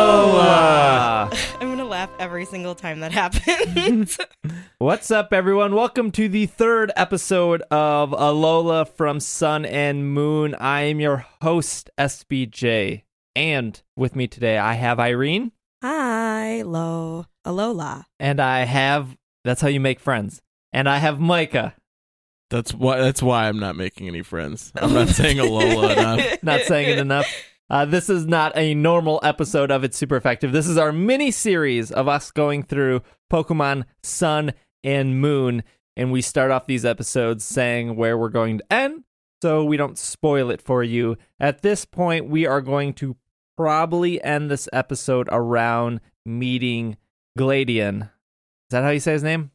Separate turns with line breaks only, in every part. Aloha.
I'm gonna laugh every single time that happens.
What's up, everyone? Welcome to the third episode of Alola from Sun and Moon. I am your host, SBJ. And with me today, I have Irene
Hi, lo, Alola.
and I have, that's how you make friends. And I have Micah.
That's why. That's why I'm not making any friends. I'm not saying Alola enough.
Not saying it enough. Uh, this is not a normal episode of It's Super Effective. This is our mini series of us going through Pokemon Sun and Moon. And we start off these episodes saying where we're going to end so we don't spoil it for you. At this point, we are going to probably end this episode around meeting Gladian. Is that how you say his name?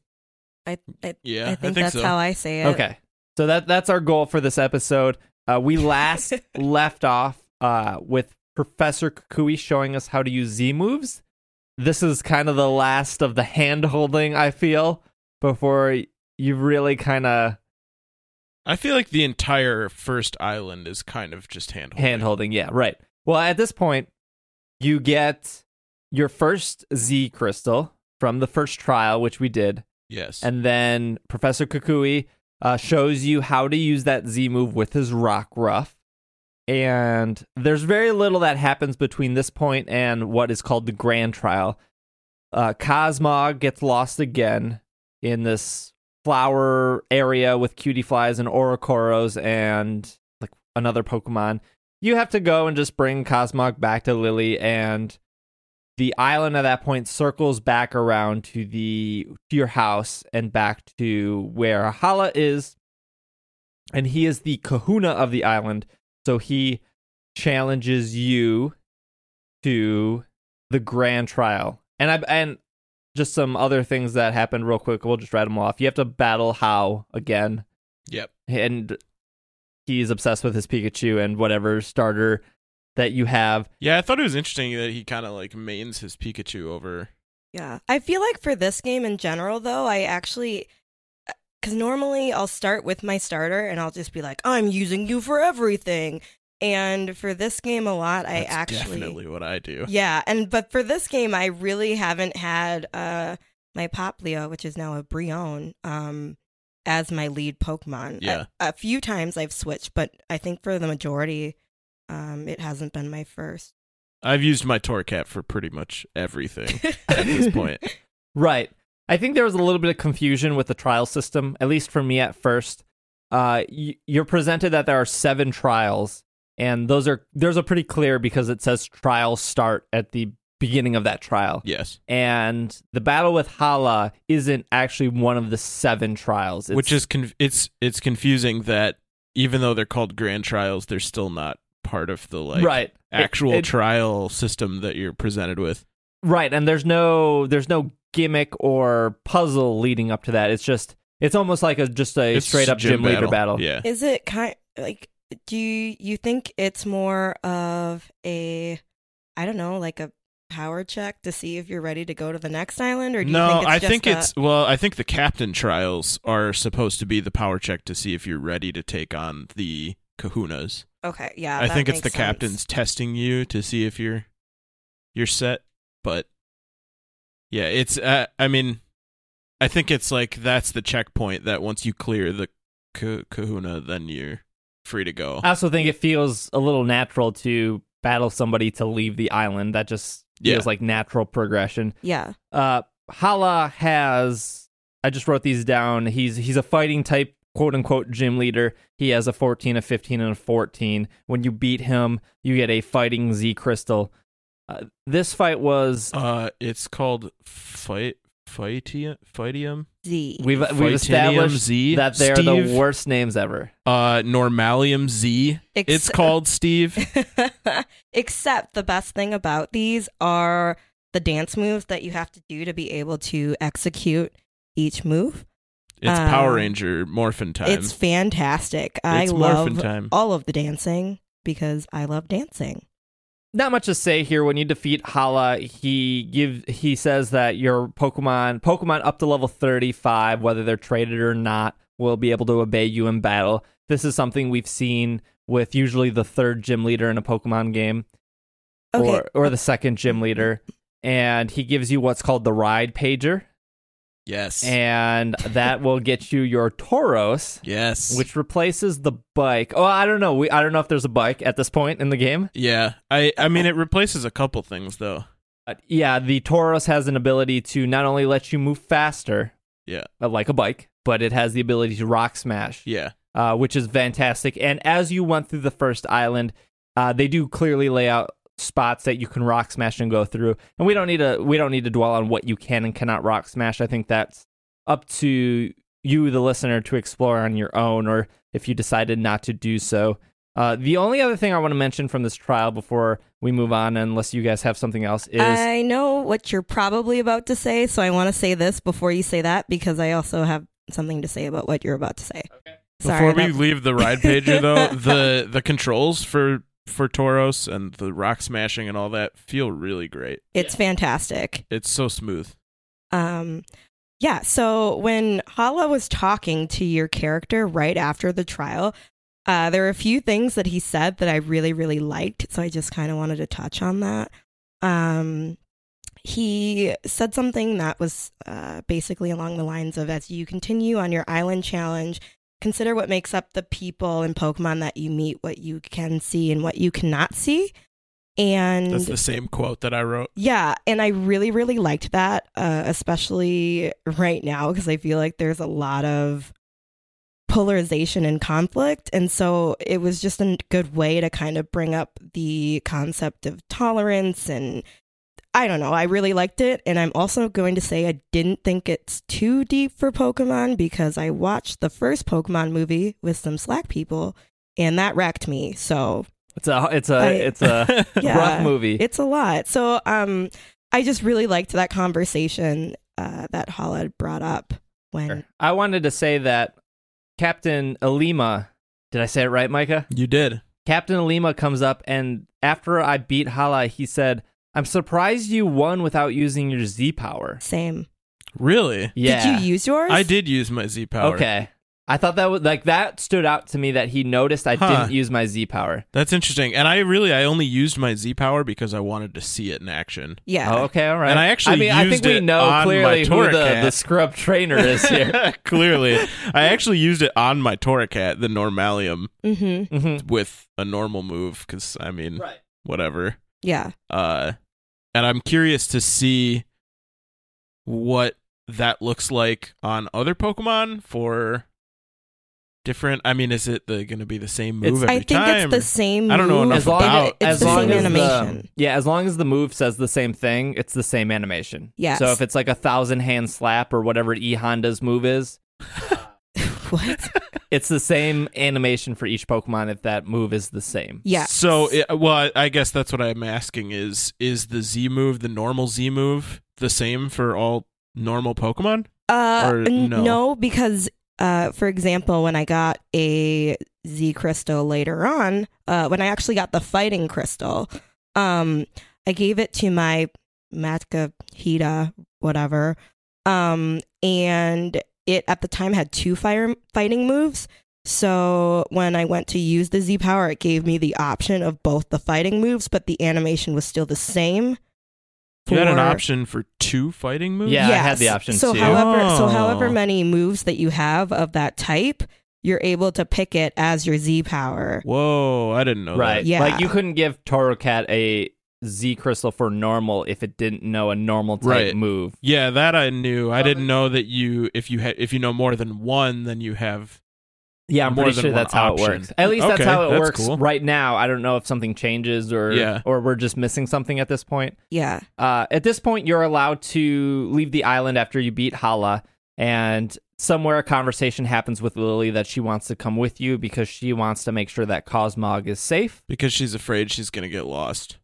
I, I,
Yeah,
I think, that's
so.
how I say it.
Okay. So that that's our goal for this episode. Uh, we last left off uh, with Professor Kukui showing us how to use Z moves. This is kind of the last of the hand holding, I feel, before you really kind of
I feel like the entire first island is kind of just hand
hand holding. Yeah, right. Well, at this point, you get your first Z crystal from the first trial, which we did.
Yes.
And then Professor Kukui uh, shows you how to use that Z move with his rock ruff. And there's very little that happens between this point and what is called the grand trial. Uh, Cosmog gets lost again in this flower area with cutie flies and Orocoros and like another Pokemon. You have to go and just bring Cosmog back to Lily and the island at that point circles back around to the to your house and back to where Hala is and he is the kahuna of the island so he challenges you to the grand trial and i and just some other things that happened real quick we'll just write them off you have to battle how again
yep.
and he's obsessed with his pikachu and whatever starter that you have
Yeah, I thought it was interesting that he kind of like mains his Pikachu over.
Yeah. I feel like for this game in general, though, I actually, because normally I'll start with my starter and I'll just be like, I'm using you for everything. And for this game, a lot, I
That's
actually.
definitely what I do.
Yeah, and but for this game, I really haven't had uh my Popplio, which is now a Brion, um, as my lead Pokemon.
Yeah.
a, a few times I've switched, but I think for the majority, um, it hasn't been my first.
I've used my Torcat for pretty much everything at this point.
Right. I think there was a little bit of confusion with the trial system, at least for me at first. Uh, y- you're presented that there are seven trials, and those are those are pretty clear because it says trials start at the beginning of that trial.
Yes,
And the battle with Hala isn't actually one of the seven trials. It's-
which is conf- it's it's confusing that even though they're called grand trials, they're still not part of the like
right It-
actual
it-
trial system that you're presented with.
Right, and there's no there's no gimmick or puzzle leading up to that. It's just it's almost like a just a
It's
straight up gym,
gym
leader battle.
Yeah.
Is it kind like do you you think it's more of a I don't know like a power check to see if you're ready to go to the next island, or do you
no,
think it's
I
just
think
a-
it's well. I think the captain trials are supposed to be the power check to see if you're ready to take on the Kahunas.
okay? Yeah,
I
that
think it's the
makes sense.
captains testing you to see if you're you're set. But yeah, it's. Uh, I mean, I think it's like that's the checkpoint that once you clear the Ka- Kahuna, then you're free to go.
I also think it feels a little natural to battle somebody to leave the island. That just
Yeah.
feels like natural progression.
Yeah.
Uh, Hala has. I just wrote these down. He's he's a fighting type, quote unquote, gym leader. He has a 14, a 15, and a 14. When you beat him, you get a fighting Z crystal. Uh, this fight was
uh, it's called fight fightium fightium.
Z.
we've we've
Fightinium
established
Z,
that they're
Steve?
the worst names ever.
Uh, normalium Z. It's called Steve.
Except the best thing about these are the dance moves that you have to do to be able to execute each move.
It's
Um,
Power Ranger morphin time.
It's fantastic. I
It's
love
morphin time.
all of the dancing because I love dancing.
not much to say here. When you defeat Hala, he give he says that your Pokemon Pokemon up to level thirty five, whether they're traded or not, will be able to obey you in battle. This is something we've seen with usually the third gym leader in a Pokemon game.
Okay.
or or the second gym leader, and he gives you what's called the ride pager,
Yes.
and that will get you your Toros,
yes.
which replaces the bike. Oh, I don't know. We I don't know if there's a bike at this point in the game.
Yeah. I I mean it replaces a couple things though.
Uh, yeah, the Toros has an ability to not only let you move faster,
Yeah.
uh, like a bike, but it has the ability to rock smash,
Yeah.
uh, which is fantastic. And as you went through the first island, uh, they do clearly lay out spots that you can rock smash and go through. And we don't need to we don't need to dwell on what you can and cannot rock smash. I think that's up to you, the listener, to explore on your own, or if you decided not to do so. Uh, the only other thing I want to mention from this trial before we move on, unless you guys have something else, is
I know what you're probably about to say, so I want to say this before you say that because I also have something to say about what you're about to say. Okay. Sorry.
Before we
that-
leave the ride pager though, the the controls for for Toros and the rock smashing and all that feel really great.
it's fantastic.
It's so smooth.
Um, yeah, so when Hala was talking to your character right after the trial, uh, there were a few things that he said that I really, really liked. So I just kind of wanted to touch on that. Um, he said something that was uh, basically along the lines of as you continue on your island challenge, consider what makes up the people and Pokemon that you meet, what you can see and what you cannot see. And
That's the same quote that I wrote.
yeah, and I really, really liked that, uh, especially right now because I feel like there's a lot of polarization and conflict, and so it was just a good way to kind of bring up the concept of tolerance and. I don't know. I really liked it. And I'm also going to say I didn't think it's too deep for Pokemon because I watched the first Pokemon movie with some slack people and that wrecked me. So
it's a it's a
I-
it's a
yeah.
rough movie.
It's a lot. So um, I just really liked that conversation uh, that Hala had brought up when
I wanted to say that Captain Alima, did I say it right, Micah?
You did.
Captain Alima comes up and after I beat Hala, he said, "I'm surprised you won without using your Z power."
same.
Really?
Yeah,
Did you use yours?
I did use my Z power.
Okay, I thought that was like that stood out to me that he noticed I
Huh.
didn't use my Z power.
That's interesting. And I really I only used my Z power because I wanted to see it in action.
Yeah.
Oh, okay, all right.
And I actually
I mean, I
used
think we
it
know
on
clearly
my
who the,
Torracat.
the scrub trainer is here.
Clearly. I actually used it on my Toracat, the Normalium,
Mm-hmm.
Mhm.
with a normal move cuz I mean, whatever.
Yeah.
Uh and I'm curious to see what that looks like on other Pokemon for different I mean, is it the, gonna be the same move
It's-
every
I think
time?
it's the same.
I don't know
move.
enough
as long,
about-
It's
as
the
long
same
as
animation.
the yeah, as long as the move says the same thing, it's the same animation.
Yes.
So if it's like a thousand hand slap or whatever E Honda's move is,
what?
it's the same animation for each Pokemon if that move is the same.
Yeah.
So, it, well, I I guess that's what I'm asking is is the Z move, the normal Z move, the same for all normal Pokemon?
Uh,
Or
n-
no.
because uh, for example, when I got a Z crystal later on, uh, when I actually got the fighting crystal, um, I gave it to my Matka Hida, whatever, um, and it at the time had two fire fighting moves. So when I went to use the Z power, it gave me the option of both the fighting moves, but the animation was still the same.
You had an
for-
option for two fighting moves?
Yeah. I had the option
so
too.
However, So
Oh.
however many moves that you have of that type, you're able to pick it as your Z power.
Whoa, I didn't know
Right.
that.
Yeah.
Like you couldn't give Taurocat a Z crystal for normal if it didn't know a normal type
Right.
move.
Yeah, that I knew. I didn't know that you if you ha- if you know more than one, then you have
Yeah, I'm
More
pretty
than
sure
one
that's how it
option.
works. At least that's
Okay,
how it
that's
works
cool.
right now. I don't know if something changes or
Yeah.
or we're just missing something at this point.
Yeah.
Uh, at this point, you're allowed to leave the island after you beat Hala, and somewhere a conversation happens with Lily that she wants to come with you because she wants to make sure that Cosmog is safe.
because she's afraid she's gonna get lost.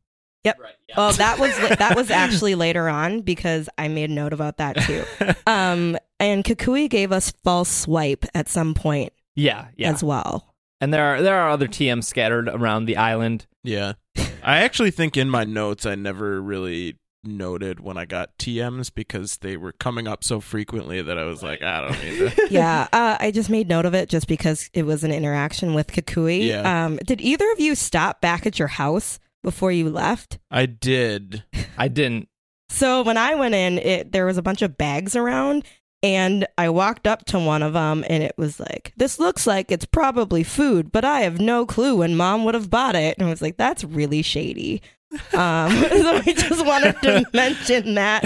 Uh,
Well, that was that was actually later on because I made a note about that too. Um, and Kakui gave us false swipe at some point
Yeah, yeah.
as well.
and there are there are other TMs scattered around the island.
Yeah. I actually think in my notes I never really noted when I got TMs because they were coming up so frequently that I was like, I don't need to
Yeah, uh, I just made note of it just because it was an interaction with Kakui.
Yeah.
Um, did either of you stop back at your house before you left.
I did.
I didn't.
So when I went in, it there was a bunch of bags around, and I walked up to one of them, and it was like, "This looks like it's probably food, but I have no clue when Mom would have bought it." And I was like, "That's really shady." Um, so I just wanted to mention that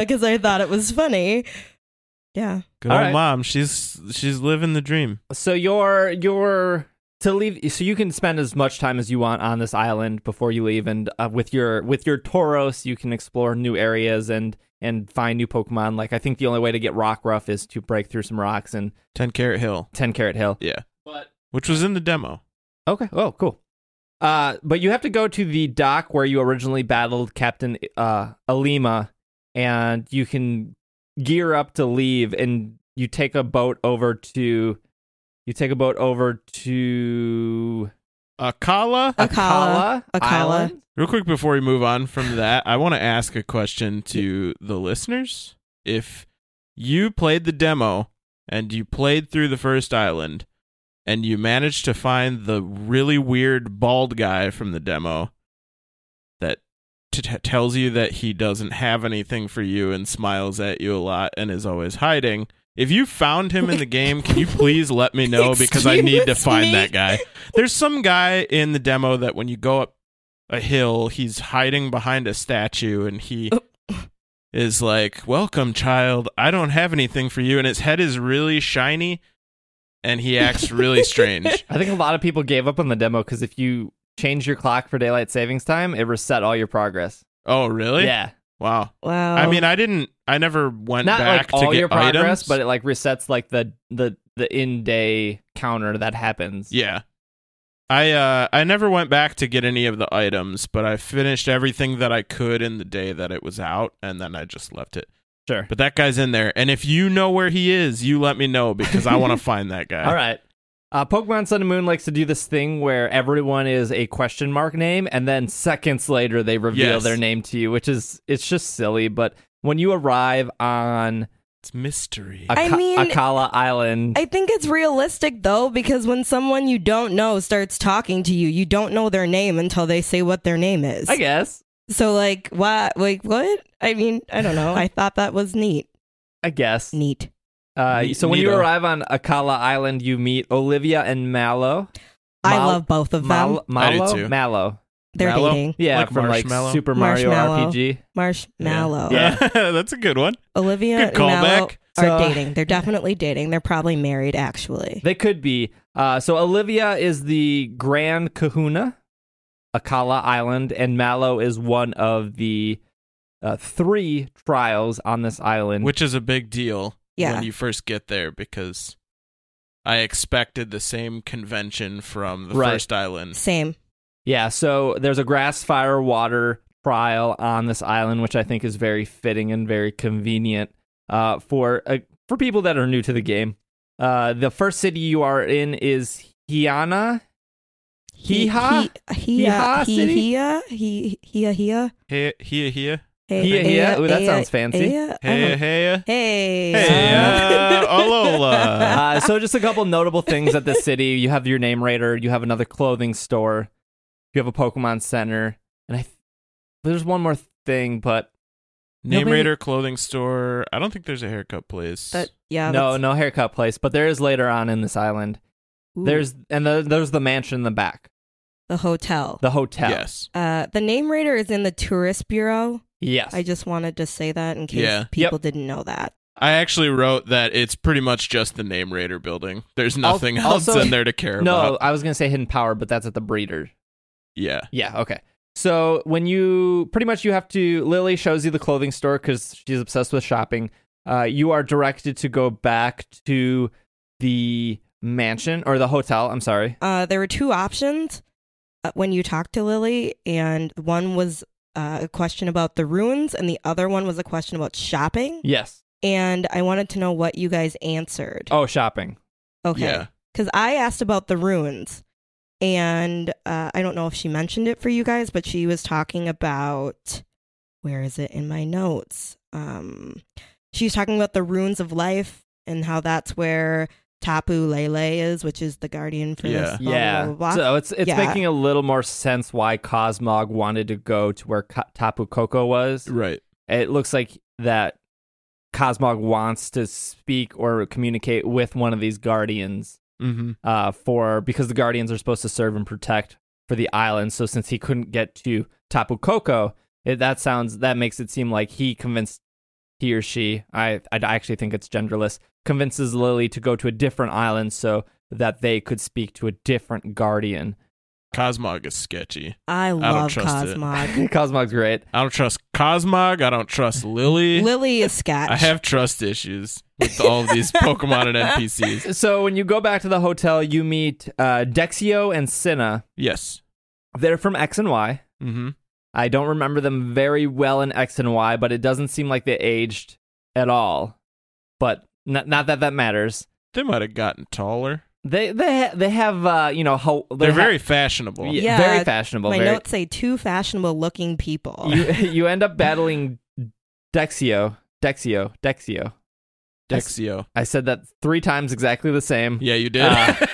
because I thought it was funny. Yeah.
Good
All
old
right.
mom. She's she's living the dream.
So your your to leave. So you can spend as much time as you want on this island before you leave, and uh, with your with your Tauros, you can explore new areas and and find new Pokemon. Like I think the only way to get Rock Ruff is to break through some rocks and
Ten Carat Hill.
Ten Carat Hill.
Yeah,
But
which was in the demo.
Okay. Oh, cool. Uh, but you have to go to the dock where you originally battled Captain uh, Alima, and you can gear up to leave, and you take a boat over to, you take a boat over to
Uh, Akala.
Akala. Akala.
Island?
Real quick before we move on from that, I want to ask a question to the listeners. If you played the demo and you played through the first island and you managed to find the really weird bald guy from the demo that t- t- tells you that he doesn't have anything for you and smiles at you a lot and is always hiding. If you found him in the game, can you please let me know because I need to
Excuse
find
me?
that guy. There's some guy in the demo that when you go up a hill, he's hiding behind a statue and he
Oh.
is like, "Welcome, child. I don't have anything for you." And his head is really shiny and he acts really strange.
I think a lot of people gave up on the demo because if you change your clock for daylight savings time, it reset all your progress.
Oh, really?
Yeah, Um,
Wow.
Wow.
I mean, I didn't. I never went
not
back
like all
to get
your progress,
items,
but it like resets like the the the in day counter that happens.
yeah, I uh, I never went back to get any of the items, but I finished everything that I could in the day that it was out, and then I just left it.
sure.
But that guy's in there, and if you know where he is, you let me know because I want to find that guy.
All right. Uh, Pokemon Sun and Moon likes to do this thing where everyone is a question mark name, and then seconds later they reveal
Yes.
their name to you, which is it's just silly. But when you arrive on
it's mystery.
Aka-
I mean-
Akala Island,
I think it's realistic though, because when someone you don't know starts talking to you, you don't know their name until they say what their name is.
I guess,
So like what like what? I mean, I don't know. I thought that was neat.
I guess.
Neat.
Uh,
Ne-
so when you
neato.
arrive on Akala Island, you meet Olivia and Mallow.
I
Mal-
love both of them.
Mal-
I do
Mallow,
too.
Mallow,
They're
Mallow?
dating.
yeah,
Like
from like
Marshmallow?
Super Mario
Marshmallow.
RPG.
Marshmallow.
Yeah, that's a good one.
Olivia
Good
and Mallow
callback.
are
So-
dating. They're definitely dating. They're probably married actually.
They could be. Uh, so Olivia is the Grand Kahuna, Akala Island, and Mallow is one of the uh, three trials on this island.
which is a big deal
Yeah.
when you first get there because I expected the same convention from the
Right.
first island.
Same.
yeah, so there's a grass, fire, water trial on this island, which I think is very fitting and very convenient uh, for uh, for people that are new to the game. Uh, the first city you are in is Hiana.
He
Hee-haw?
he
Hee-haw
ha he
city?
he he he uh, he
Here, here, here,
Hee-haw, hee-haw?
uh,
Ooh, that sounds fancy.
hey, hey,
uh-huh. Hey.
hey, uh, Alola.
uh, so just a couple notable things at this city. You have your name raider. You have another clothing store. You have a Pokemon Center, and I. Th- there's one more thing, but
Name
Nobody-
Raider clothing store. I don't think there's a haircut place.
That, yeah.
Uh, no,
that's-
no haircut place. But there is later on in this island.
ooh,
There's and the, there's the mansion in the back,
the hotel.
the hotel.
Yes.
uh, the name raider is in the tourist bureau.
Yes.
I just wanted to say that in case
Yeah.
people didn't know that.
I actually wrote that it's pretty much just the Name Raider building. There's nothing
Al-
else
also-
in there to care
no,
about.
I was gonna say hidden power, but that's at the breeder.
Yeah.
Yeah, okay. So when you pretty much you have to Lily shows you the clothing store cuz she's obsessed with shopping. Uh you are directed to go back to the mansion or the hotel, I'm sorry.
Uh, there were two options uh, when you talked to Lily, and one was uh, a question about the ruins, and the other one was a question about shopping.
Yes.
And I wanted to know what you guys answered.
Oh, shopping.
okay.
Oh, Yeah.
because I asked about the ruins, and uh, I don't know if she mentioned it for you guys, but she was talking about where is it in my notes? Um, she was talking about the ruins of life and how that's where Tapu Lele is, which is the guardian for
Yeah.
this. blah,
yeah.
blah, blah, blah.
So it's it's
Yeah.
making a little more sense why Cosmog wanted to go to where Ka- Tapu Koko was.
Right.
It looks like that Cosmog wants to speak or communicate with one of these guardians
Mm-hmm.
uh, for because the guardians are supposed to serve and protect for the island. So since he couldn't get to Tapu Koko, it, that sounds that makes it seem like he convinced he or she. I I actually think it's genderless. Convinces Lily to go to a different island so that they could speak to a different guardian.
Cosmog is sketchy.
I
don't
love
trust it.
Cosmog.
Cosmog's great.
I don't trust Cosmog. I don't trust Lily.
Lily is sketch.
I have trust issues with all of these Pokemon and NPCs.
So when you go back to the hotel, you meet uh, Dexio and Cinna.
Yes.
They're from X and Y.
Mm-hmm.
I don't remember them very well in X and Y, but it doesn't seem like they aged at all. But not, not that that matters.
They might have gotten taller.
They they ha- they have uh, you know how they
They're
ha-
very fashionable.
yeah,
Yeah,
very fashionable.
My
very-
notes say two fashionable looking people.
you you end up battling Dexio, Dexio, Dexio.
Dexio.
I said that three times exactly the same.
Yeah, you did.
Uh,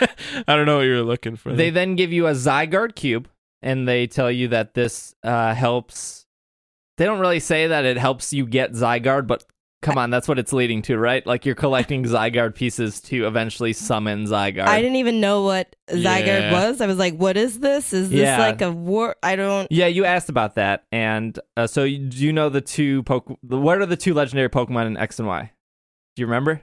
I don't know what you were looking for.
They
there.
then give you a Zygarde cube, and they tell you that this uh, helps. They don't really say that it helps you get Zygarde, but come on, that's what it's leading to, right? Like you're collecting Zygarde pieces to eventually summon Zygarde.
I didn't even know what Zygarde
Yeah.
was. I was like, what is this? Is this
Yeah.
like a war? I don't.
yeah, you asked about that, and uh, so you, do you know the two poke? What are the two legendary Pokemon in X and Y? Do you remember?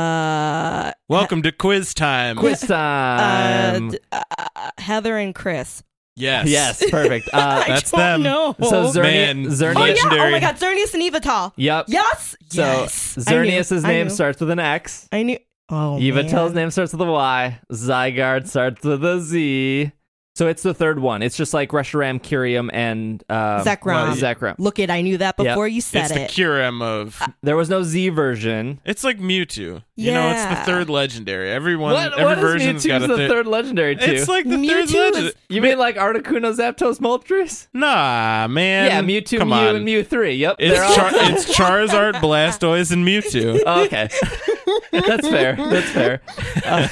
Uh,
Welcome to quiz time.
Quiz
uh,
time.
d- uh, uh, Heather and Chris.
Yes.
yes, perfect. Uh,
I
That's
don't
them.
know.
so Xerneas,
Oh, Man,
Xerneas.
oh, yeah. Oh,
legendary.
my God. Xerneas and Evital.
Yep.
Yes.
So
yes. I knew,
Xerneas'
I
name
knew.
starts with an X.
I knew. Oh,
Eva
man.
Tell's name starts with a Y. Zygarde starts with a Z. So it's the third one. It's just like Reshiram, Kyrium, and um,
Zekrom.
well, Zekrom.
Look it. I knew that
Yep.
before you said
It's the
it.
Kyurem of.
There was no Z version.
It's like Mewtwo. You know, it's
Yeah.
the third legendary. Everyone,
What,
every
what is
version's
Mewtwo's
got a
the
thir-
third legendary too?
It's like the
Mewtwo
third legend.
is-
you mean like Articuno, Zapdos, Moltres?
Nah, man.
yeah, Mewtwo,
Come
Mew,
on.
and Mew three. Yep, they're
It's,
all.
Char- it's Charizard, Blastoise, and Mewtwo.
Oh, okay, that's fair. That's fair. Uh,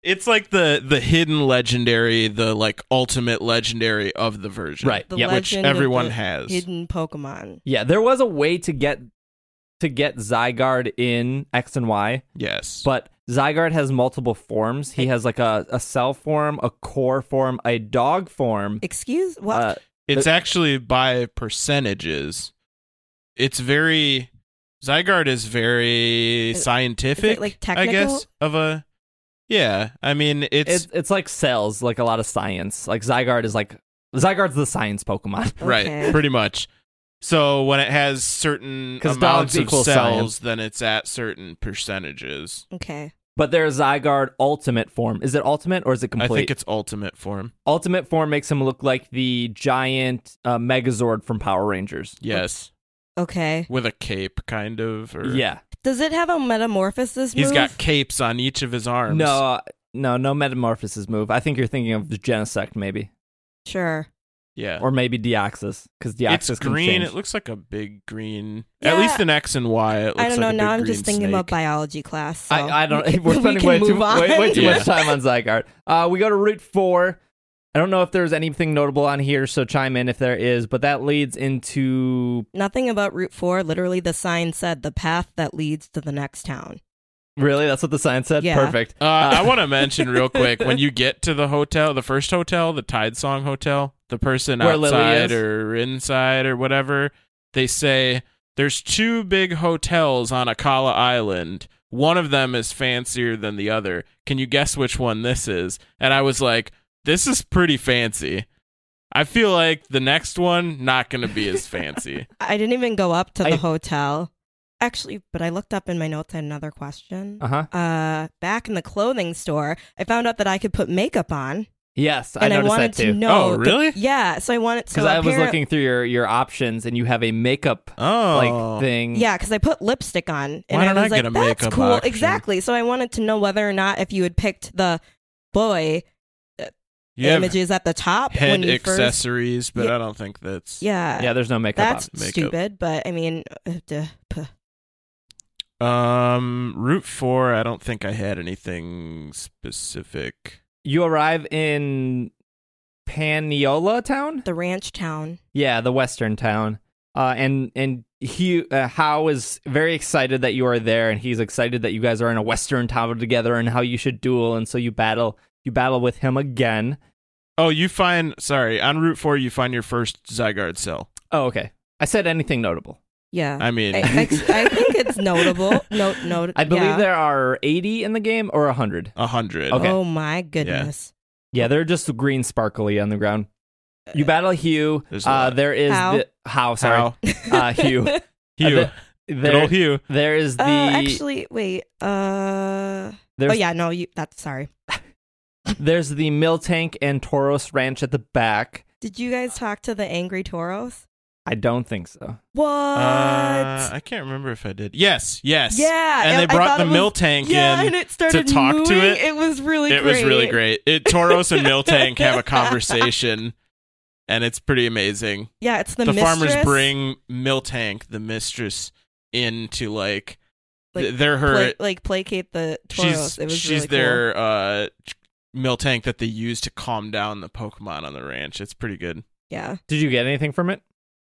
It's like the the hidden legendary, the like ultimate legendary of the version,
Right.
The
Yeah,
Which
legend of
everyone
the
has.
Hidden Pokemon.
yeah, there was a way to get to get Zygarde in X and Y.
Yes,
But Zygarde has multiple forms. He has like a, a cell form, a core form, a dog form.
Excuse what?
Uh,
it's actually by percentages. It's very Zygarde is very
Is it-
scientific,
like,
I
technical?
guess of a. Yeah, I mean it's,
it's it's like cells, like a lot of science. Like Zygarde is like Zygarde's the science Pokemon.
Okay.
right, pretty much. So when it has certain
'Cause
amounts
dogs
of
equal
cells,
science.
then it's at certain percentages.
okay.
But there's Zygarde Ultimate form. Is it Ultimate or is it complete?
I think it's ultimate form.
Ultimate form makes him look like the giant uh, Megazord from Power Rangers.
Yes,
Okay.
with a cape, kind of. Or...
Yeah.
Does it have a metamorphosis move?
He's got capes on each of his arms.
No, uh, no, no Metamorphosis move. I think you're thinking of the Genesect maybe,
sure.
Yeah.
or maybe Deoxys, because Deoxys
it's
can
green.
change.
It looks like a big green.
Yeah.
At least in X and Y, it looks
I don't
like
know.
a
Now
big
I'm just
green
thinking about
snake.
biology class. so
I, I don't. We're
we
spending
can
way too,
move on.
way, way too
Yeah.
much time on Zygarde. Uh, we go to Route Four. I don't know if there's anything notable on here, so chime in if there is. But that leads into
Nothing about Route Four. Literally, the sign said the path that leads to the next town.
really. That's what the sign said.
Yeah.
Perfect.
Uh, I want to mention real quick when you get to the hotel, the first hotel, the Tide Song Hotel, the person
Where Lily
outside
is?
or inside or whatever, they say there's two big hotels on Akala Island. One of them is fancier than the other. Can you guess which one this is? And I was like, this is pretty fancy. I feel like the next one not going to be as fancy.
I didn't even go up to the
I-
hotel, actually. But I looked up in my notes. I had another question.
Uh huh.
Uh, back in the clothing store, I found out that I could put makeup on,
Yes, I
and I,
noticed
wanted
that
to
too.
know.
Oh,
the-
really?
yeah. So I wanted.
Because
So
I was
apparent-
looking through your your options, and you have a makeup
Oh,
like thing.
Yeah, because I put lipstick on, and
Why
I
don't
was
I
like,
get a
"That's
makeup
cool."
option?
Exactly. So I wanted to know whether or not if you had picked the boy
You have
images at the top
head
when you first.
accessories, but
Yeah.
I don't think that's.
Yeah,
Yeah. There's no makeup.
that's
option.
makeup.
stupid. But I mean, uh, duh, puh.
Um, Route Four. I don't think I had anything specific.
You arrive in Paniola town?
The ranch town.
Yeah, the western town. Uh, and and he uh, Howe is very excited that you are there, and he's excited that you guys are in a western town together, and how you should duel, and so you battle you battle with him again.
Oh, you find sorry on Route Four. You find your first Zygarde cell.
Oh, okay. I said anything notable.
Yeah.
I mean,
I, I, I think it's notable. No, no.
I believe
yeah.
there are eighty in the game or hundred.
a hundred.
Okay.
Oh my goodness.
Yeah, they're just green sparkly on the ground. You battle Hugh.
There's a
Uh,
lot.
there is
How?
the how sorry. Uh, Hugh. Uh,
Hugh,
the-
good
there,
old Hugh.
there is the
Oh, actually, wait. Uh.
there's,
oh yeah. No, you. That's sorry.
there's the Miltank and Tauros Ranch at the back.
Did you guys talk to the angry toros?
I don't think so.
What?
Uh, I can't remember if I did. Yes, yes.
yeah.
And
I-
they
I
brought
thought
the
it was-
mill tank
Yeah,
in.
and it started
talk to
moving.
it.
It was really.
it
great.
was really great. It Toros and Miltank have a conversation, and it's pretty amazing.
Yeah, it's the,
The,
mistress.
farmers bring Miltank, the mistress, in to like,
Like,
th- they're her.
pla- like placate the toros.
she's
it was
she's
really cool.
their uh, Miltank that they use to calm down the Pokemon on the ranch. It's pretty good.
Yeah.
Did you get anything from it?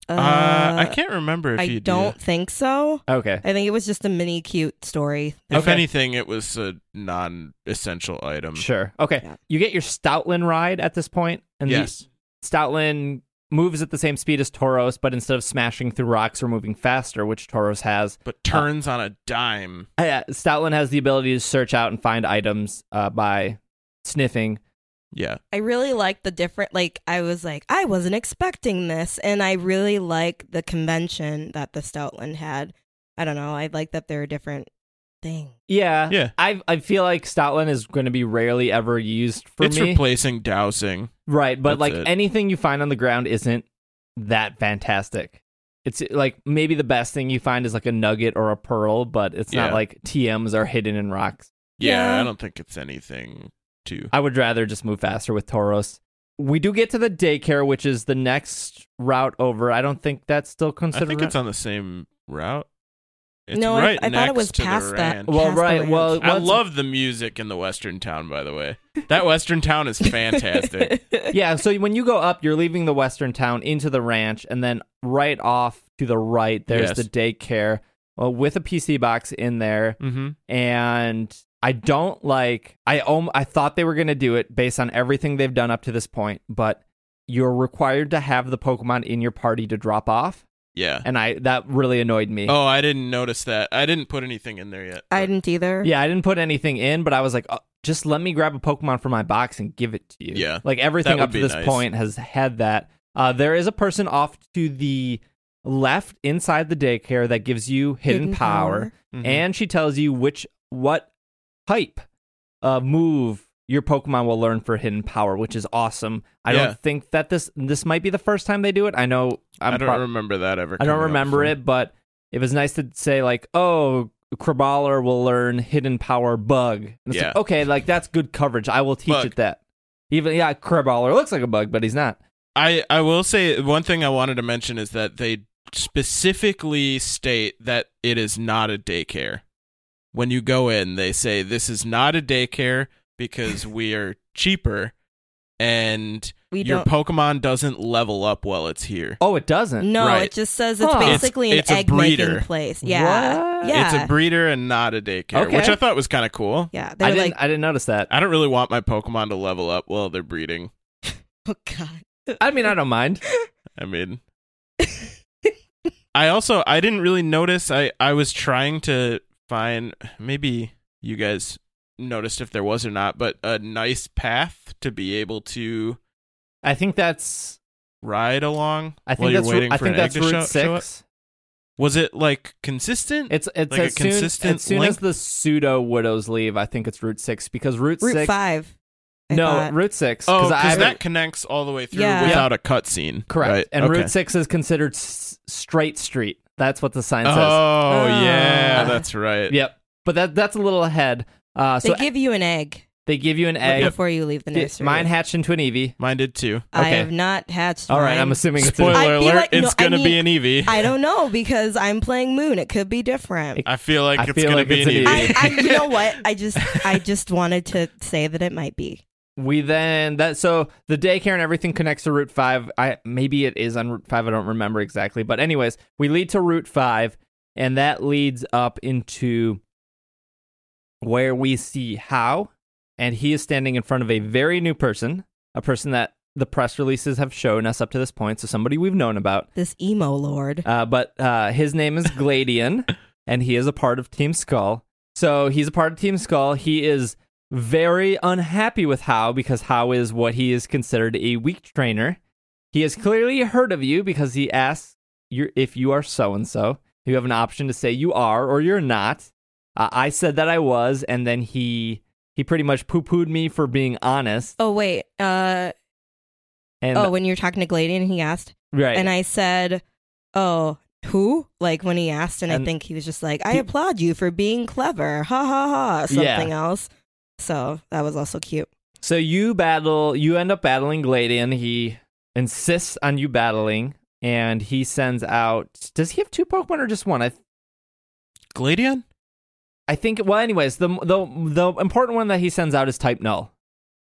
Uh,
Uh, I can't remember if
I
you
don't think so.
Okay.
I think it was just a mini cute story.
Did. If
Okay.
anything, it was a non-essential item.
Sure. Okay.
Yeah.
You get your Stoutland ride at this point, and the-
Yes.
Stoutland moves at the same speed as Tauros, but instead of smashing through rocks or moving faster, which Tauros has,
But turns on a dime.
uh, Stoutland has the ability to search out and find items uh, by sniffing.
Yeah.
I really like the different. Like I was like I wasn't expecting this, and I really like the convention that the Stoutland had. I don't know. I like that there are different things.
Yeah.
Yeah.
I I feel like Stoutland is going to be rarely ever used for
it's
me.
replacing dowsing.
right, but
That's
like
it.
anything you find on the ground isn't that fantastic. It's like maybe the best thing you find is like a nugget or a pearl, but it's not
Yeah.
like TMs are hidden in rocks.
Yeah,
Yeah.
I don't think it's anything too.
I would rather just move faster with Tauros. We do get to the daycare, which is the next route over. I don't think that's still
I
considered.
think
ra-
it's on the same route. It's
No, I-
right
I thought it
next
was
to the
past that.
ranch.
well,
past the
right.
ranch.
Well,
I
once-
love the music in the Western Town, by the way. That Western Town is fantastic.
Yeah, so when you go up, you're leaving the western town into the ranch, and then right off to the right, there's
Yes.
the daycare uh, with a PC box in there.
mm-hmm.
and I don't like I om- I thought they were going to do it based on everything they've done up to this point, but you're required to have the Pokemon in your party to drop off,
Yeah.
and I that really annoyed me.
Oh, I didn't notice that. I didn't put anything in there yet.
I didn't either.
Yeah, I didn't put anything in, but I was like, oh, just let me grab a Pokemon from my box and give it to you.
Yeah,
like everything
that would
up to
be
this
nice.
point has had that. Uh, there is a person off to the left inside the daycare that gives you hidden, power.
Mhm.
and she tells you which what type uh, move your Pokemon will learn for hidden power, which is awesome. I
Yeah.
don't think that this this might be the first time they do it. I know I'm
I don't
prob-
remember that ever.
I
coming
don't
up
remember
before.
it, but it was nice to say like, oh, Crabballer will learn hidden power bug. And it's like,
Yeah.
okay, like that's good coverage. I will teach
Bug.
it that. Even yeah, Crabballer looks like a bug, but he's not.
I I will say one thing I wanted to mention is that they specifically state that it is not a daycare. When you go in, they say this is not a daycare because we are cheaper and
we
your
don't.
Pokemon doesn't level up while it's here.
Oh, it doesn't.
no,
right.
it just says it's
Huh. It's-
basically
it's a
an egg making
breeder.
place. Yeah,
What?
yeah,
It's a breeder and not a daycare,
Okay.
which I thought was kind of cool.
yeah. They
I
were
didn't.
like,
I didn't notice that.
I don't really want my Pokemon to level up while they're breeding.
oh god.
I mean, I don't mind.
I mean, I also I didn't really notice. I I was trying to find maybe you guys noticed if there was or not, but a nice path to be able to
I think that's
ride along
I think
while you're
that's
waiting
I
for
think
an
that's
egg to
route
show, show up.
six.
Was it like consistent?
It's it's
Like a
as soon,
consistent
as, soon as
length?
the pseudo widows leave. I think it's route six because route,
Route
six.
five. I
no,
thought.
route six.
oh,
I
because
haven't-
that connects all the way through
Yeah.
without a cutscene.
correct.
right?
And
Okay.
route six is considered s- straight street. That's what the sign
Oh,
says.
yeah,
Ah.
that's right.
Yep. But that that's a little ahead. Uh, so
they give you an egg.
They give you an egg.
before you leave the
Did-
nursery.
Mine hatched into an Eevee.
Mine did too.
I
okay.
have not hatched.
All right,
mine.
I'm assuming it's
Spoiler
an-
I feel
alert,
like- no,
it's going to
I
be an E Eevee. I,
I don't know because I'm playing Moon. It could be different.
feel like
I
it's
feel
going
like
to be
it's
an E
an E
Eevee.
I, I, you know what? I just, I just wanted to say that it might be.
We then that so the daycare and everything connects to Route Five. I maybe it is on Route Five. I don't remember exactly, but anyways, we lead to Route Five, and that leads up into where we see How, and he is standing in front of a very new person, a person that the press releases have shown us up to this point, so somebody we've known about.
This emo lord.
Uh, but uh, his name is Gladian, and he is a part of Team Skull. So he's a part of Team Skull. He is very unhappy with How because How is what he is considered a weak trainer. He has clearly heard of you because he asks you if you are so and so. You have an option to say you are or you're not. Uh, I said that I was, and then he he pretty much poo pooed me for being honest.
Oh wait. Uh.
And
oh, when you were talking to Gladian, he asked,
right,
and I said, "Oh, who?" Like when he asked, and,
And-
I think he was just like, "I
He-
applaud you for being clever." Ha ha ha. Something else. So that was also cute.
So you battle, you end up battling Gladian. He insists on you battling, and he sends out. Does he have two Pokemon or just one? I
Gladion?
I think. Well, anyways, the the the important one that he sends out is Type Null.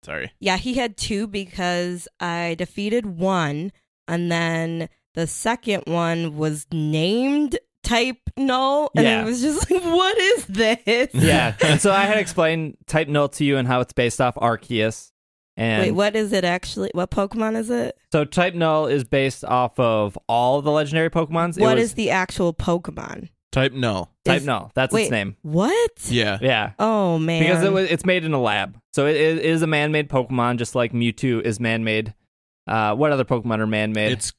Sorry.
Yeah, he had two because I defeated one, and then the second one was named type null, and
Yeah.
it was just like, "What is this?"
Yeah. and so I had explained Type Null to you and how it's based off Arceus. And
Wait, what is it actually? What Pokemon is it?
so Type Null is based off of all the legendary Pokemons.
What
it
is
was
the actual Pokemon?
Type null.
Type
is-
Null? That's
Wait,
its name.
What?
Yeah.
Yeah.
Oh man!
Because it was, it's made in a lab, so it, it is a man-made Pokemon, just like Mewtwo is man-made. Uh, what other Pokemon are man-made?
It's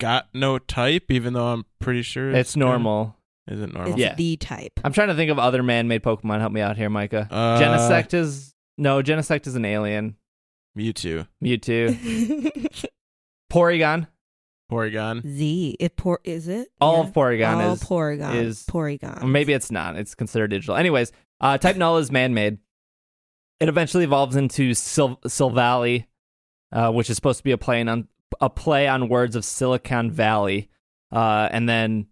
got no type, even though I'm pretty sure
It's normal.
Is it normal?
It's
Yeah.
the type.
I'm trying to think of other man-made Pokemon. Help me out here, Micah.
Uh,
Genesect is no. Genesect is an alien.
Mewtwo.
Mewtwo, Porygon.
Porygon.
Z. It por is it?
All
Yeah.
of Porygon
All
is,
Porygon
is-
Porygon.
or maybe it's not. It's considered digital. Anyways, uh, Type Null is man-made. It eventually evolves into Sil- Silvally, uh, which is supposed to be a play on a play on words of Silicon Valley, uh, and then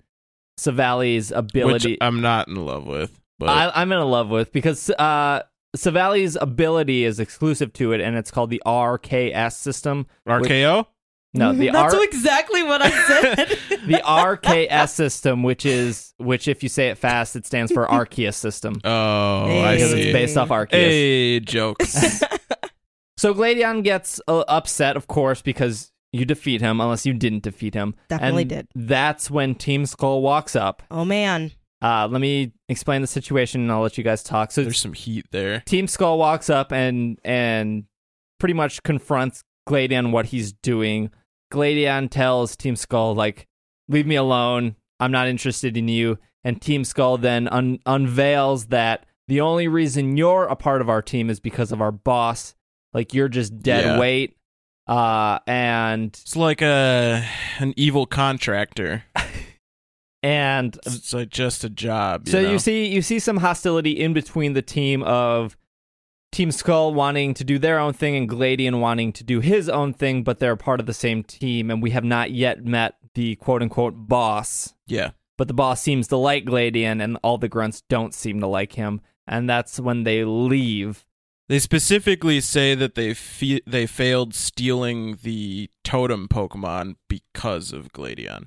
Silvally's ability.
Which uh, I'm not in love with. But
I, I'm in love with because uh, Savali's ability is exclusive to it, and it's called the RKS system.
RKO?
No, the R,
Mm-hmm. That's exactly what I said.
the RKS system, which is which, if you say it fast, it stands for Arceus system
Oh, I
because
see.
it's based off Arceus.
Hey, jokes.
So Gladion gets uh, upset, of course, because you defeat him, unless you didn't defeat him.
Definitely
and
did.
That's when Team Skull walks up.
oh man!
Uh, let me explain the situation, and I'll let you guys talk. So
There's some heat there.
Team Skull walks up and and pretty much confronts Gladion what he's doing. Gladion tells Team Skull like, "Leave me alone. I'm not interested in you." And Team Skull then un- unveils that the only reason you're a part of our team is because of our boss. Like you're just dead
Yeah.
weight. Uh, and
It's like a an evil contractor.
and
It's like just a job.
So
know?
you see you see some hostility in between the team of Team Skull wanting to do their own thing and Gladian wanting to do his own thing, but they're part of the same team and we have not yet met the quote unquote boss.
Yeah.
But the boss seems to like Gladian and all the grunts don't seem to like him. And that's when they leave.
They specifically say that they fe- they failed stealing the totem Pokemon because of Gladion,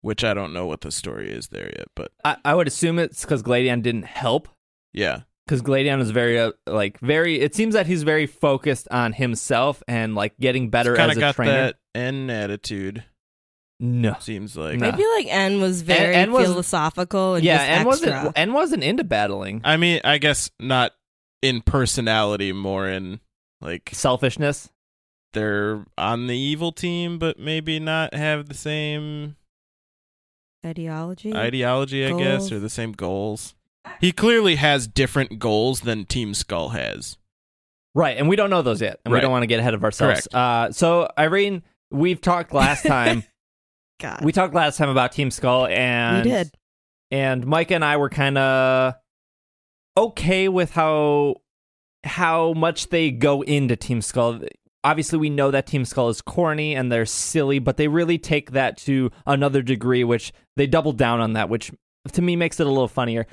which I don't know what the story is there yet, but
I, I would assume it's because Gladian didn't help.
yeah,
Because Gladion is very, uh, like, very. It seems that he's very focused on himself and, like, getting better
kind
as
of
a
got
trainer.
that N attitude.
no.
Seems like
No.
I feel like N was very
N was-
philosophical and
yeah,
just
and
extra.
wasn't and wasn't into battling.
I mean, I guess not in personality, more in like
Selfishness.
they're on the evil team, but maybe not have the same
ideology.
ideology, I guess,
Goals.
or the same goals. He clearly has different goals than Team Skull has.
Right, and we don't know those yet, and we
Right.
don't want to get ahead of ourselves.
Correct.
Uh, so Irene, we've talked last time.
God,
we talked last time about Team Skull, and
we did.
and Mike and I were kind of okay with how how much they go into Team Skull. Obviously, we know that Team Skull is corny and they're silly, but they really take that to another degree, which they double down on that, which to me makes it a little funnier.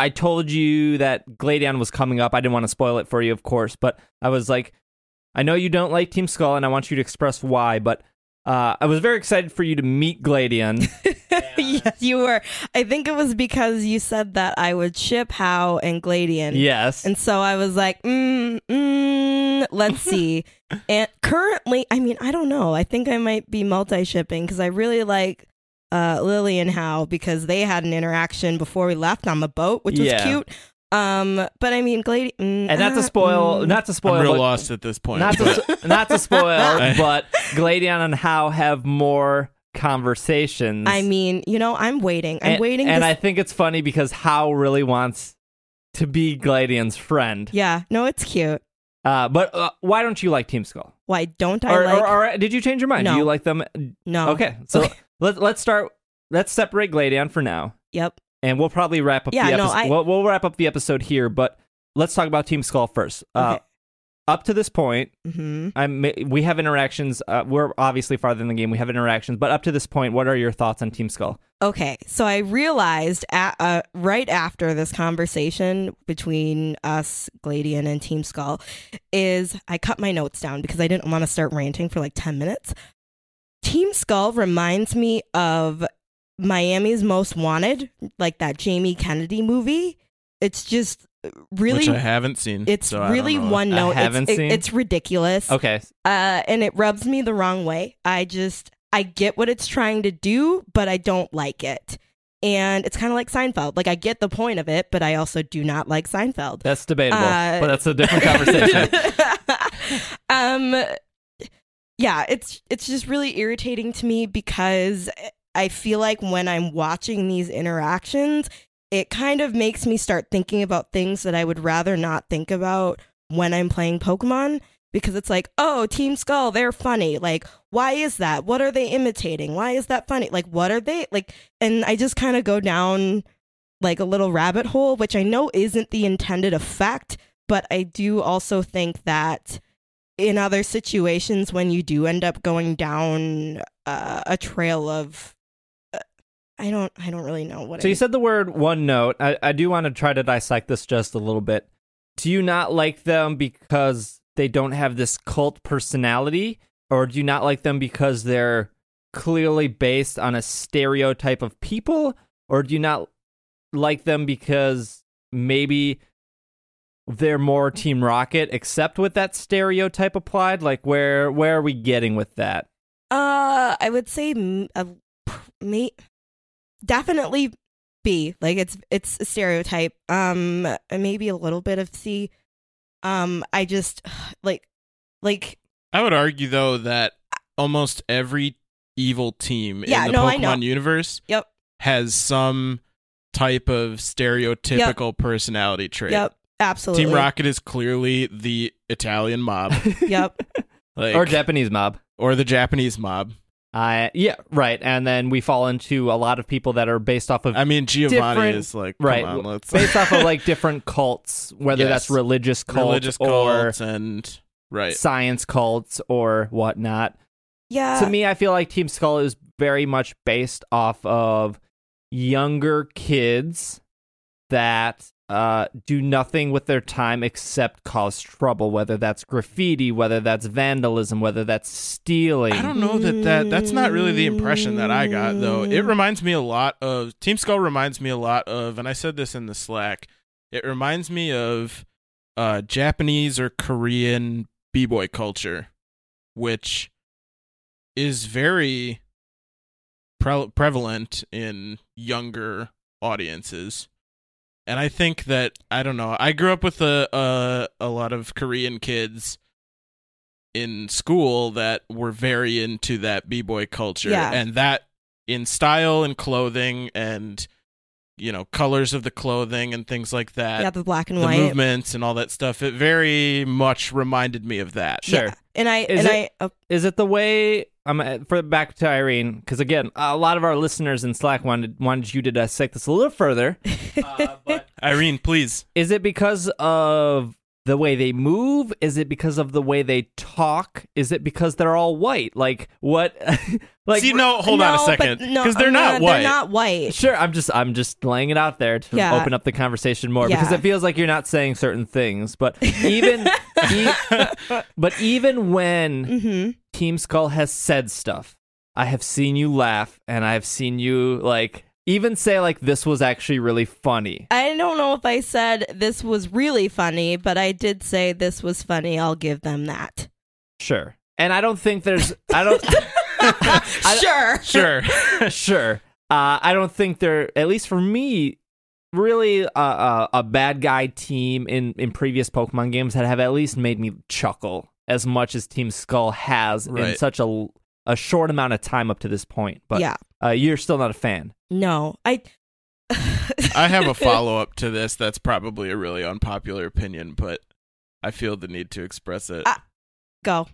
I told you that Gladion was coming up. I didn't want to spoil it for you, of course, but I was like, I know you don't like Team Skull, and I want you to express why, but uh, I was very excited for you to meet Gladion.
yes, you were. I think it was because you said that I would ship How and Gladian.
yes.
And so I was like, mm, mm, let's see. and currently, I mean, I don't know. I think I might be multi shipping because I really like uh, Lily and Hal because they had an interaction before we left on the boat, which was
Yeah.
cute. Um, but I mean, Glady, mm,
and not
ah,
to spoil,
mm.
not to spoil,
I'm real
but-
lost at this point.
not
but-
to, not to spoil,
I-
but Gladion and How have more conversations.
I mean, you know, I'm waiting. I'm
and,
waiting.
and
to
I think it's funny because How really wants to be Gladion's friend.
yeah, no, it's cute.
Uh, but uh, why don't you like Team Skull?
Why don't I
Or,
like?
or, or did you change your mind? Do
No.
you like them?
no.
Okay, so
Okay.
let let's start. Let's separate Gladion for now,
Yep.
and we'll probably wrap up.
Yeah,
the
no,
episode.
I-
we'll, we'll wrap up the episode here, but let's talk about Team Skull first. Uh,
Okay.
Up to this point,
Mm-hmm.
I'm, we have interactions. Uh, we're obviously farther in the game. We have interactions, but up to this point, what are your thoughts on Team Skull?
Okay, so I realized a uh, right after this conversation between us, Gladian and Team Skull, is I cut my notes down because I didn't want to start ranting for like 10 minutes. Team Skull reminds me of Miami's Most Wanted, like that Jamie Kennedy movie. It's just uh, really,
which I haven't seen.
it's
so I don't
really
know.
one
I
note. It's-
haven't
it-
seen.
it's ridiculous
Okay,
uh, and it rubs me the wrong way. I just I get what it's trying to do, but I don't like it. And it's kind of like Seinfeld. Like I get the point of it, but I also do not like Seinfeld.
that's debatable,
Uh,
but that's a different conversation.
um, yeah, it's it's just really irritating to me because I feel like when I'm watching these interactions, it kind of makes me start thinking about things that I would rather not think about when I'm playing Pokemon because it's like, oh, Team Skull, they're funny. Like, why is that? What are they imitating? Why is that funny? Like, what are they like? And I just kind of go down like a little rabbit hole, which I know isn't the intended effect, but I do also think that in other situations, when you do end up going down uh, a trail of, uh, I don't, I don't really know what.
so
I
you said the word one note. I, I do want to try to dissect this just a little bit. Do you not like them because they don't have this cult personality, or do you not like them because they're clearly based on a stereotype of people, or do you not like them because maybe they're more Team Rocket, except with that stereotype applied? Like, where where are we getting with that?
Uh, I would say m- a me definitely B. Like it's it's a stereotype. Um, maybe a little bit of C. Um, I just like like
I would argue though that almost every evil team
Yeah,
in the
no, I know.
Pokemon universe
Yep.
has some type of stereotypical personality trait.
yep, absolutely.
Team Rocket is clearly the Italian mob,
Yep.
like,
or Japanese mob?
or the Japanese mob.
Uh, yeah, right. And then we fall into a lot of people that are based off of
I mean, Giovanni
Different-
is like, come
right,
on, let's
based off of like different cults, whether
Yes.
that's religious cults
religious
or
cults and right.
science cults or whatnot.
Yeah.
to me, I feel like Team Skull is very much based off of younger kids that uh, do nothing with their time except cause trouble, whether that's graffiti, whether that's vandalism, whether that's stealing.
I don't know that, that that's not really the impression that I got though. It
Mm.
reminds me a lot of Team Skull reminds me a lot of and I said this in the Slack. It reminds me of uh Japanese or Korean b-boy culture which is very pre- prevalent in younger audiences. And I think that I don't know. I grew up with a a, a lot of Korean kids in school that were very into that b-boy culture
Yeah.
and that in style and clothing and you know colors of the clothing and things like that
yeah, the black and
the
white.
movements and all that stuff it very much reminded me of that
Sure.
Yeah. And I
Is
and
it-
I uh,
is it the way I'm uh, for back to Irene because again a lot of our listeners in Slack wanted wanted you to
Uh,
dissect this a little further.
Irene, please.
Is it because of the way they move? Is it because of the way they talk? Is it because they're all white? Like what? like
See, no, hold on a
No,
second,
but no,
because they're
I'm
not white.
They're not white.
Sure, I'm just I'm just laying it out there to
Yeah.
open up the conversation more because
Yeah.
it feels like you're not saying certain things. But even, e- but even when
hmm
Team Skull has said stuff, I have seen you laugh and I have seen you like even say like this was actually really funny.
I don't know if I said this was really funny, but I did say this was funny. I'll give them that.
Sure, and I don't think there's I don't.
sure.
Sure.
sure. Uh, I don't think they're at least for me really a, a, a bad guy team in, in previous Pokemon games that have at least made me chuckle as much as Team Skull has in
Right.
such a a short amount of time up to this point. But
yeah.
uh, you're still not a fan.
No. I.
I have a follow up to this that's probably a really unpopular opinion, but I feel the need to express it.
I- Go.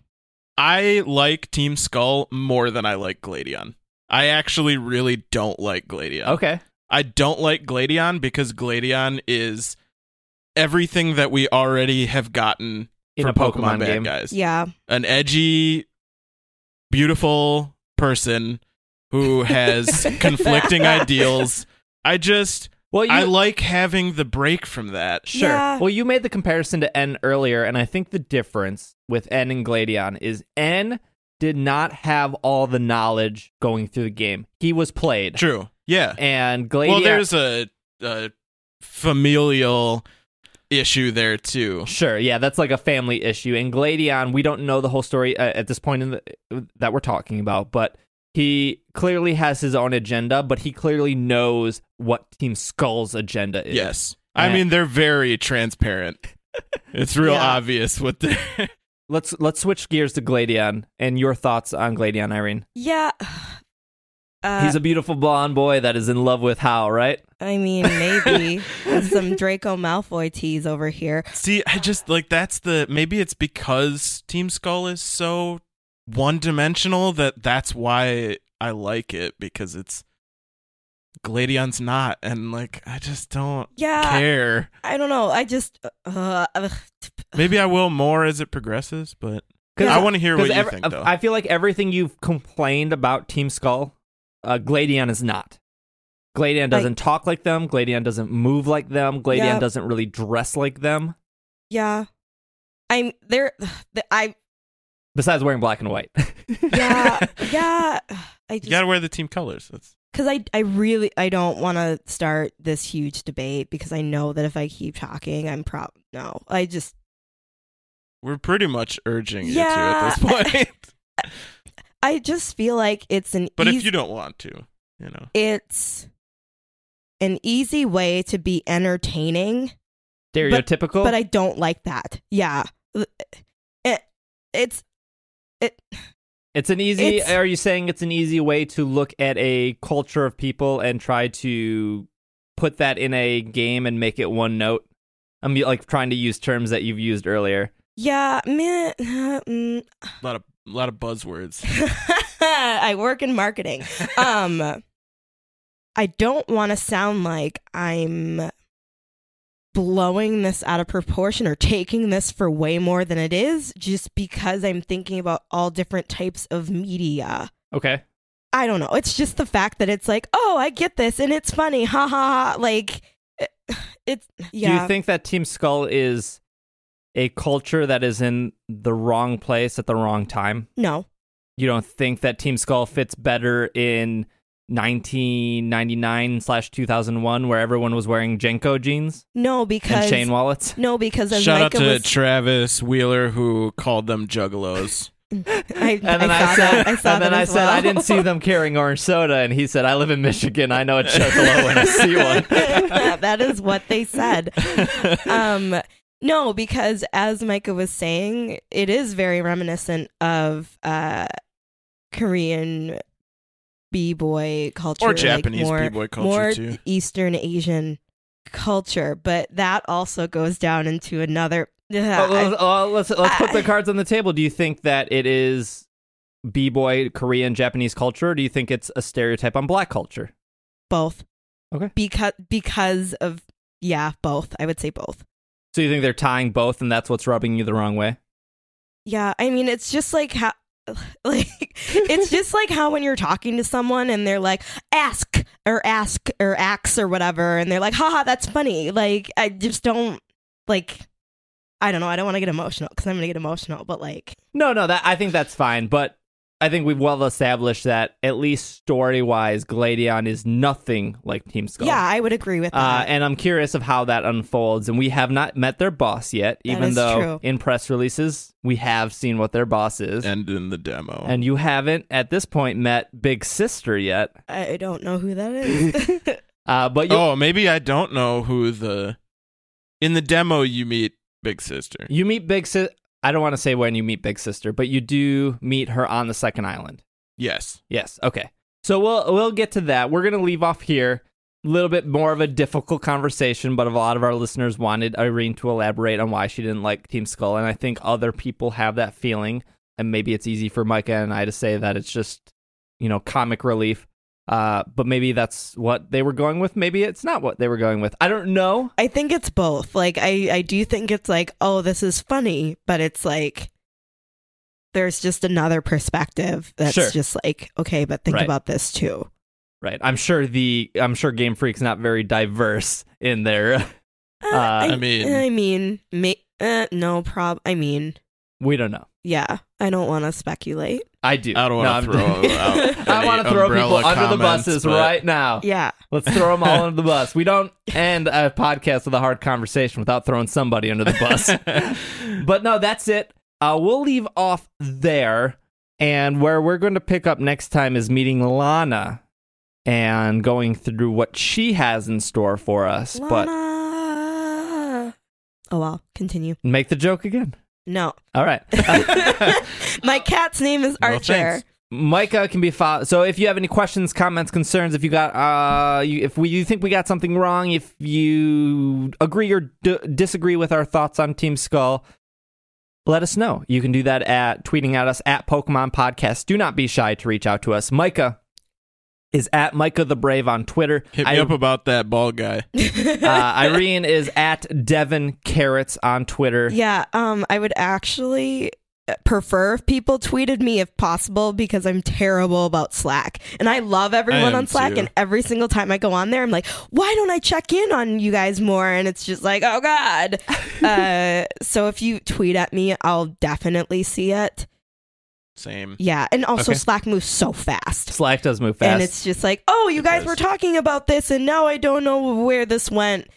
I like Team Skull more than I like Gladion. I actually really don't like Gladion.
Okay.
I don't like Gladion because Gladion is everything that we already have gotten
In
for
a Pokemon,
Bad
game.
Guys.
Yeah.
An edgy, beautiful person who has conflicting ideals. I just
Well, you,
I like having the break from that.
Sure.
Yeah.
Well, you made the comparison to N earlier, and I think the difference with N and Gladion is N did not have all the knowledge going through the game. He was played.
True. Yeah.
And Gladion.
Well, there's a, a familial issue there too.
Sure, yeah, that's like a family issue. And Gladion, we don't know the whole story uh, at this point in the, that we're talking about, but he clearly has his own agenda, but he clearly knows what Team Skull's agenda is.
Yes. I
Yeah.
mean, they're very transparent. It's real
Yeah.
obvious what they're.
Let's let's switch gears to Gladion and your thoughts on Gladion, Irene.
Yeah. Uh,
He's a beautiful blonde boy that is in love with Hal, right?
I mean, maybe With some Draco Malfoy tease over here.
See, I just like that's the maybe it's because Team Skull is so one dimensional that that's why I like it because it's Gladion's not, and like I just don't
Yeah,
care.
I don't know. I just uh, ugh.
Maybe I will more as it progresses, but
'Cause-
I want to hear what
'cause
you
ev-
think though.
I feel like everything you've complained about Team Skull, uh, Gladion is not. Gladion doesn't talk like them. Gladion doesn't move like them. Gladion
Yeah.
doesn't really dress like them.
yeah. I'm there. ugh, I
Besides wearing black and white.
yeah yeah. I
you
just
gotta wear the team colors. That's
because I I really I don't want to start this huge debate because I know that if I keep talking, I'm prob no. I just
We're pretty much urging you to
Yeah.
at this point.
I just feel like it's an
but
easy,
if you don't want to, you know.
it's an easy way to be entertaining
Stereotypical.
but I don't like that. Yeah, it, it's
it's an easy.
it's-
are you saying it's an easy way to look at a culture of people and try to put that in a game and make it one note? I'm like trying to use terms that you've used earlier.
yeah, meh, mm,
A lot of a lot of buzzwords.
I work in marketing. Um, I don't want to sound like I'm blowing this out of proportion or taking this for way more than it is, just because I'm thinking about all different types of media.
Okay.
I don't know. It's just the fact that it's like, oh, I get this, and it's funny, ha ha. ha. Like, it, it's yeah.
Do you think that Team Skull is a culture that is in the wrong place at the wrong time?
no.
You don't think that Team Skull fits better in 1999 slash 2001, where everyone was wearing Jenko jeans?
No,
and
because
chain wallets.
no, because as
Shout out
Micah
to
was,
Travis Wheeler who called them juggalos.
I,
And then
I
I,
saw
said,
that. I saw
and then
that
I
as
said,
well.
I didn't see them carrying orange soda, and he said, I live in Michigan. I know a chocolate when I see one.
that is what they said. Um, no, because as Micah was saying, it is very reminiscent of uh, Korean b boy culture,
or
like
Japanese
more-
b-boy culture
more
too.
Eastern Asian culture. But that also goes down into another.
Oh, let's, oh, let's let's put
I-
the cards on the table. Do you think that it is b boy Korean Japanese culture, or do you think it's a stereotype on black culture?
both.
Okay.
Because because of yeah, both. I would say both.
So you think they're tying both, and that's what's rubbing you the wrong way?
Yeah, I mean, it's just like how, like, it's just like how when you're talking to someone and they're like, ask or ask or ax or whatever, and they're like, haha, that's funny. Like, I just don't, like, I don't know. I don't want to get emotional because I'm going to get emotional, but like,
No, no, that I think that's fine, but I think we've well established that at least story wise, Gladion is nothing like Team Skull.
yeah, I would agree with
Uh,
that.
and I'm curious of how that unfolds. And we have not met their boss yet, even
is
though
true.
in press releases we have seen what their boss is.
and in the demo.
and you haven't at this point met Big Sister yet.
I don't know who that is.
Uh, but you,
oh, maybe I don't know who the in the demo you meet Big Sister.
you meet Big Sister. I don't want to say when you meet Big Sister, but you do meet her on the second island.
Yes.
Yes. Okay. So we'll we'll get to that. We're gonna leave off here. A little bit more of a difficult conversation, but a lot of our listeners wanted Irene to elaborate on why she didn't like Team Skull, and I think other people have that feeling. And maybe it's easy for Micah and I to say that it's just, you know, comic relief. Uh, but maybe that's what they were going with. Maybe it's not what they were going with. I don't know.
I think it's both. Like I, I do think it's like, oh, this is funny, but it's like there's just another perspective that's
Sure.
just like, okay, but think
Right.
about this too.
Right. I'm sure the I'm sure Game Freak's not very diverse in their
Uh,
Uh,
I,
I mean-
I mean, ma- uh, no prob. I mean,
we don't know.
yeah, I don't want to speculate.
I do.
I don't
No,
want
I'm-
to throw out.
I want to throw people under the buses right now.
Yeah,
Let's throw them all under the bus. We don't end a podcast with a hard conversation without throwing somebody under the bus. but no, that's it. Uh, we'll leave off there. And where we're going to pick up next time is meeting Lana and going through what she has in store for us. But
Lana. Oh well, continue.
make the joke again.
No,
All right.
my cat's name is
No,
Archer.
thanks.
Micah can be followed. So if you have any questions, comments, concerns, if you got, uh, you, if we you think we got something wrong, if you agree or d- disagree with our thoughts on Team Skull, let us know. You can do that at tweeting at us at Pokemon Podcast. Do not be shy to reach out to us. Micah is at Micah the Brave on Twitter.
Hit me
I-
up about that ball guy.
uh, Irene is at Devin Carrots on Twitter.
Yeah, um, I would actually uh, prefer if people tweeted me if possible because I'm terrible about Slack. And I love everyone
am
on Slack
too.
and every single time I go on there I'm like, why don't I check in on you guys more? And it's just like, oh God. uh, so if you tweet at me, I'll definitely see it.
Same.
Yeah. And also
Okay.
Slack moves so fast.
Slack does move fast.
And it's just like, oh, you
It
guys
does.
were talking about this and now I don't know where this went.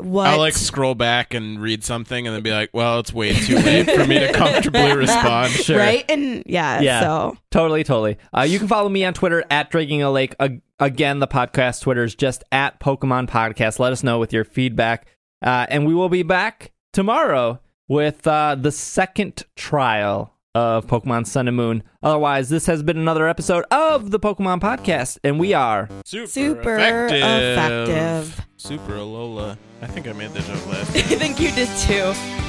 What
I'll like scroll back and read something and then be like, well, it's way too late for me to comfortably respond.
Sure.
right? And yeah,
Yeah.
so
Totally, totally. Uh, you can follow me on Twitter at Dragging a Lake. Ag- again, the podcast Twitter is just at Pokemon Podcast. Let us know with your feedback. Uh, and we will be back tomorrow with uh, the second trial of Pokemon Sun and Moon. Otherwise, this has been another episode of the Pokemon Podcast, and we are.
Super,
Super
effective.
effective.
Super Alola. I think I made that joke last
I think you did too.